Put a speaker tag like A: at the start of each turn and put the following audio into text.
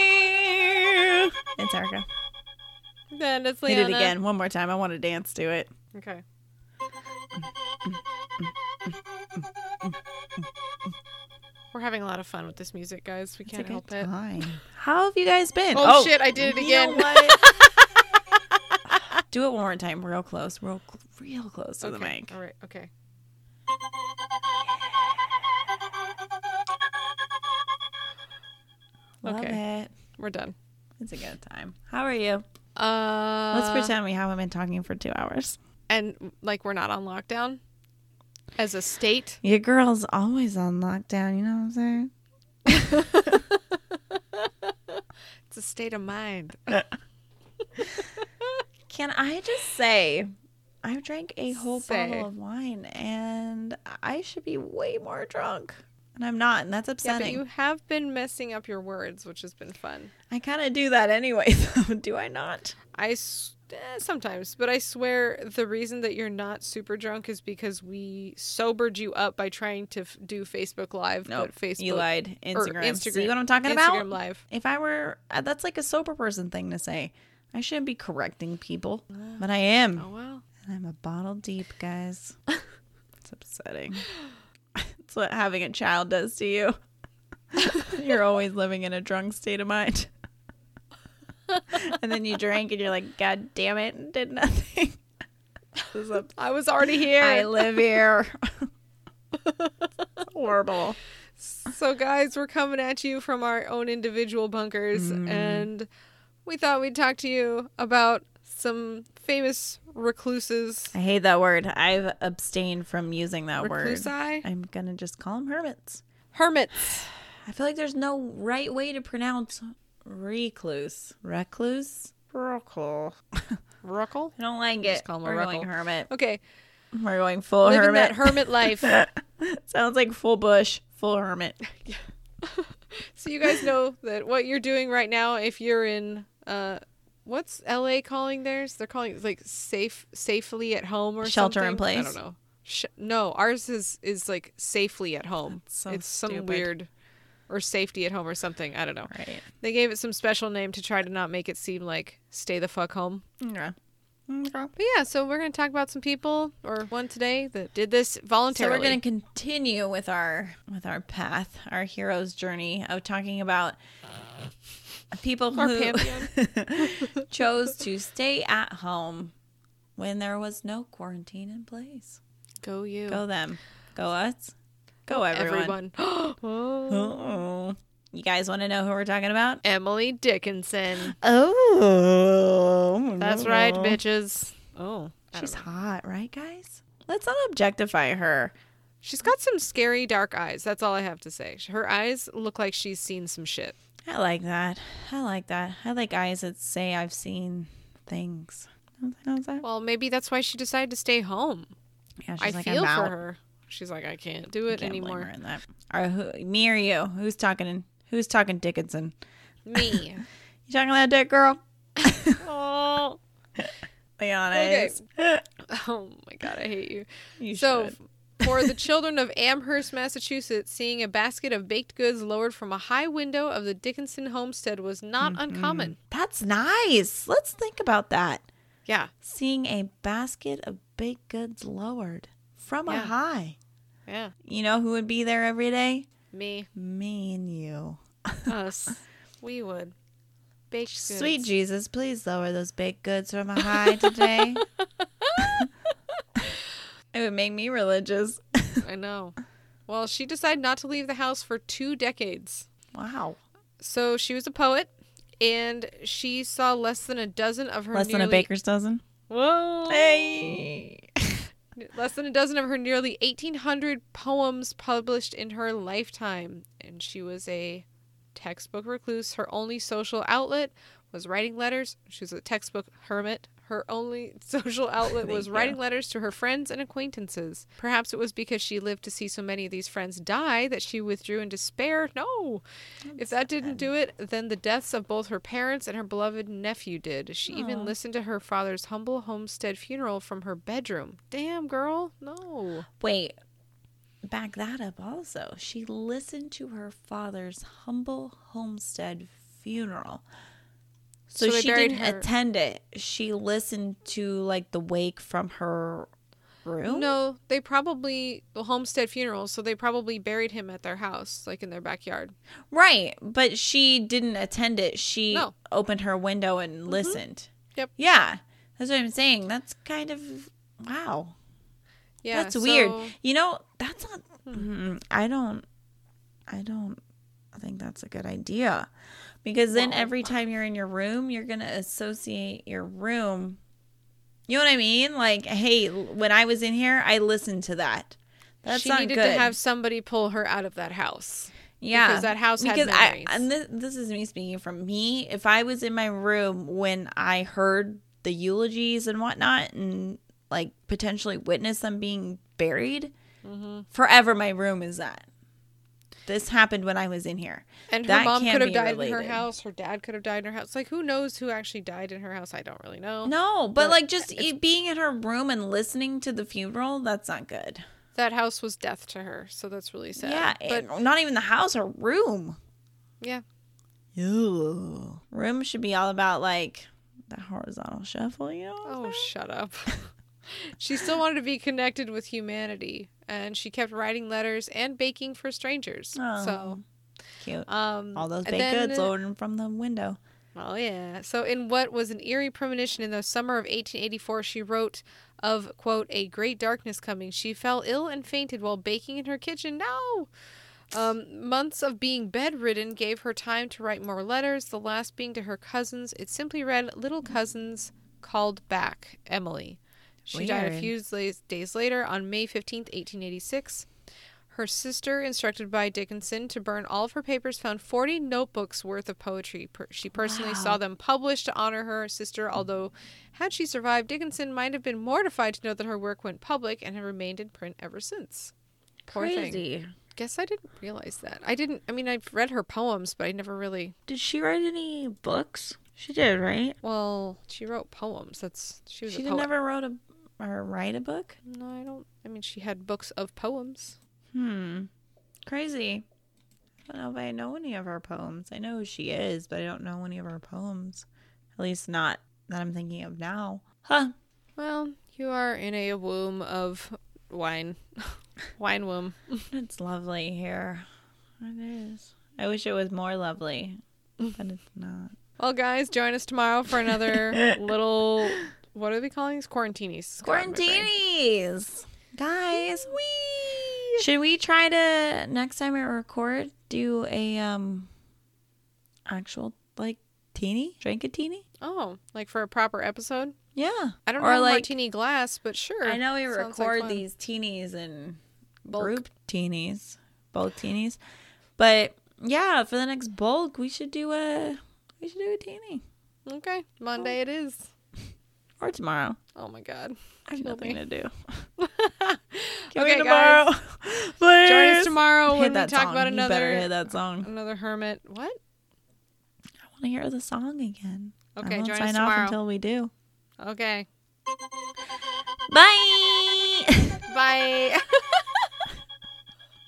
A: Hi. It's Erica.
B: Then it's
A: Hit
B: Leanna.
A: it again one more time. I want to dance to it.
B: Okay. We're having a lot of fun with this music, guys. We can't help it.
A: time. How have you guys been?
B: Oh, shit! I did it
A: you know
B: again.
A: what? Do it one more time, real close, real, cl- real close to the
B: okay.
A: mic.
B: All right. Okay.
A: Love
B: Okay.
A: it.
B: We're done.
A: It's a good time. How are you?
B: Uh,
A: Let's pretend we haven't been talking for two hours.
B: and like we're not on lockdown as a state.
A: Your girl's always on lockdown. You know what I'm saying?
B: It's a state of mind.
A: Can I just say, I drank a whole
B: Say.
A: bottle of wine, and I should be way more drunk, and I'm not, and that's
B: Yeah,
A: upsetting.
B: but you have been messing up your words, which has been fun.
A: I kind of do that anyway, though. Do I not?
B: I s- eh, sometimes, but I swear the reason that you're not super drunk is because we sobered you up by trying to f- do Facebook Live.
A: No,
B: but Facebook
A: you lied.
B: or
A: Instagram.
B: Instagram.
A: See what I'm talking
B: Instagram
A: about?
B: Live.
A: If I were, uh, that's like a sober person thing to say. I shouldn't be correcting people, but I am.
B: Oh well.
A: And I'm a bottle deep, guys. it's upsetting. it's what having a child does to you. you're always living in a drunk state of mind. and then you drink and you're like, God damn it, and did nothing. This is up-
B: I was already here.
A: I live here. It's horrible.
B: So, guys, we're coming at you from our own individual bunkers,
A: Mm.
B: and we thought we'd talk to you about some famous recluses.
A: I hate that word. I've abstained from using that word.
B: Reclusi?
A: I'm going to just call them hermits.
B: Hermits.
A: I feel like there's no right way to pronounce recluse. Recluse? Recluse.
B: Ruckle?
A: I don't like it.
B: call 'em a
A: We're going
B: ruckle.
A: hermit.
B: Okay.
A: We're going full
B: Living
A: hermit.
B: that hermit life.
A: Sounds like full bush, full hermit.
B: so, you guys know that what you're doing right now, if you're in, uh, what's LA calling theirs? They're calling it like safe, safely at home or
A: Shelter in
B: something. I
A: place.
B: don't know. Sh- no, ours is is like safely at home.
A: so
B: it's some
A: stupid.
B: weird, or safety at home or something. I don't know.
A: Right.
B: They gave it some special name to try to not make it seem like stay the fuck home.
A: Yeah.
B: But yeah, so we're going to talk about some people or one today that did this
A: So
B: voluntarily.
A: we're going to continue with our with our path, our hero's journey of talking about people
B: Our
A: who
B: pantheon.
A: chose to stay at home when there was no quarantine in place.
B: Go you.
A: Go them. Go us. Go everyone.
B: Oh.
A: Uh-oh. You guys want to know who we're talking about?
B: Emily Dickinson.
A: Oh.
B: That's right, bitches. Oh.
A: She's hot, right, guys? Let's not objectify her.
B: She's got some scary dark eyes. That's all I have to say. Her eyes look like she's seen some shit.
A: I like that. I like that. I like eyes that say I've seen things. Know what that- know what
B: Well, maybe that's why she decided to stay home.
A: that- Yeah, she's
B: I
A: like,
B: feel
A: I'm out.
B: for her. She's like, I can't do it
A: Can't blame
B: anymore.
A: her in that. All right, who, me or you? Who's talking? Who's talking Dickinson?
B: Me.
A: You talking that dick, girl?
B: oh.
A: Be
B: Okay.
A: honest.
B: Oh my god, I hate you.
A: You
B: so,
A: should.
B: for the children of Amherst, Massachusetts, seeing a basket of baked goods lowered from a high window of the Dickinson homestead was not
A: Mm-hmm.
B: uncommon.
A: That's nice. Let's think about that.
B: Yeah,
A: Seeing a basket of baked goods lowered from a
B: Yeah.
A: high.
B: yeah,
A: You know who would be there every day?
B: me,
A: Me and you.
B: us, we would baked goods.
A: Sweet Jesus, please lower those baked goods from a high today. it would make me religious.
B: I know. Well, she decided not to leave the house for two decades.
A: Wow.
B: So she was a poet, and she saw less than a dozen of her
A: Less than a
B: nearly-
A: baker's dozen.
B: Whoa.
A: Hey.
B: Less than a dozen of her nearly 1,800 poems published in her lifetime. And she was a textbook recluse. Her only social outlet was writing letters. She was a textbook hermit. Her only social outlet was
A: Thank
B: writing letters to her friends and acquaintances. Perhaps it was because she lived to see so many of these friends die that she withdrew in despair. No. if that didn't do it, then the deaths of both her parents and her beloved nephew did. She even listened to her father's humble homestead funeral from her bedroom. Damn, girl. No.
A: Wait. back that up also. She listened to her father's humble homestead funeral. So,
B: So they
A: she
B: buried
A: didn't
B: her-
A: attend it. She listened to like the wake from her room.
B: No, they probably the homestead funeral, so they probably buried him at their house, like in their backyard.
A: Right, but she didn't attend it. She
B: No. Mm-hmm.
A: opened her window and listened.
B: Yep.
A: Yeah. That's what I'm saying. That's kind of wow.
B: Yeah,
A: that's weird.
B: so- Hmm.
A: You know, that's not mm, I don't I don't think that's a good idea. Because then
B: No.
A: every time you're in your room, you're going to associate your room. You know what I mean? Like, hey, l- when I was in here, I listened to that. That's
B: she
A: not
B: needed
A: good.
B: to have somebody pull her out of that house.
A: Yeah,
B: Because that house had
A: because
B: memories.
A: I and this, this is me speaking from me. If I was in my room when I heard the eulogies and whatnot, and like potentially witnessed them being buried,
B: Mm-hmm.
A: forever my room is that. This happened when I was in here.
B: And her
A: That
B: mom
A: can
B: could have
A: be
B: died in her
A: related.
B: house. Her dad could have died in her house. Like, who knows who actually died in her house? I don't really know.
A: No, but,
B: But
A: like just e being in her room and listening to the funeral, that's not good.
B: That house was death to her, so that's really sad.
A: yeah,
B: but
A: and not even the house, her room.
B: yeah,
A: Ew. Room should be all about like the horizontal shuffle, you know? what I'm
B: Oh, shut up. she still wanted to be connected with humanity, and she kept writing letters and baking for strangers.
A: Oh, Cute.
B: So, um,
A: All those
B: and
A: baked
B: then-
A: goods loading from the window.
B: Oh yeah. So, in what was an eerie premonition in the summer of 1884, she wrote of quote a great darkness coming. She fell ill and fainted while baking in her kitchen. No. Um, months of being bedridden gave her time to write more letters. The last being to her cousins. It simply read, "Little cousins called back, Emily." She died a
A: Weird.
B: few la- days later on May 15th, 1886. Her sister, instructed by Dickinson to burn all of her papers, found 40 notebooks worth of poetry. Per- She personally saw them published to honor her sister, although, had she survived, Dickinson might have been mortified to know that her work went public and had remained in print ever since. Poor thing. Guess I didn't realize that. I didn't, I mean, I've read her poems, but I never really.
A: Did she write any books? She did, right?
B: Well, she wrote poems. That's. She was
A: She
B: a poet.
A: never wrote a or write a book.
B: No, I don't. I mean, she had books of poems.
A: Hmm. Crazy. I don't know if I know any of her poems. I know who she is, but I don't know any of her poems. At least not that I'm thinking of now. Huh.
B: Well, you are in a womb of wine. wine womb.
A: It's lovely here. It is. I wish it was more lovely, but it's not.
B: Well, guys, join us tomorrow for another little. What are we calling these? Quarantinis. God, my brain.
A: Quarantinis! Guys, we should we try to next time we record do a um actual like teeny drink a teeny?
B: Oh, like for a proper episode?
A: Yeah,
B: I don't
A: Or
B: know a
A: like-
B: martini glass, but sure.
A: I know we
B: Sounds like
A: record
B: fun.
A: these teenies and
B: Bulk.
A: group teenies, bulk teenies, but yeah, for the next bulk we should do a we should do a teeny
B: Okay,
A: Oh.
B: Monday it is.
A: or tomorrow.
B: Oh my god.
A: I have
B: Kill
A: nothing
B: me.
A: to do. Kill me
B: Okay,
A: tomorrow.
B: guys.
A: Please.
B: Join us tomorrow
A: Hit
B: when we
A: that
B: talk
A: song.
B: about
A: You better hit
B: another
A: that song.
B: another hermit. What?
A: want to hear the song again. I
B: Okay,
A: won't
B: join us
A: sign off
B: tomorrow.
A: until we do.
B: Okay.
A: Bye.
B: Bye.